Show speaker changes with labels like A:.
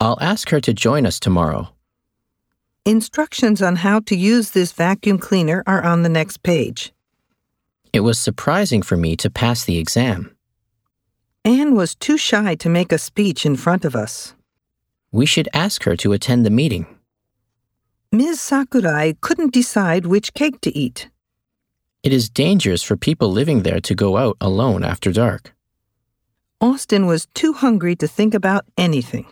A: I'll ask her to join us tomorrow.
B: Instructions on how to use this vacuum cleaner are on the next page.
A: It was surprising for me to pass the exam.
B: Anne was too shy to make a speech in front of us.
A: We should ask her to attend the meeting.
B: Ms. Sakurai couldn't decide which cake to eat.
A: It is dangerous for people living there to go out alone after dark.
B: Austin was too hungry to think about anything.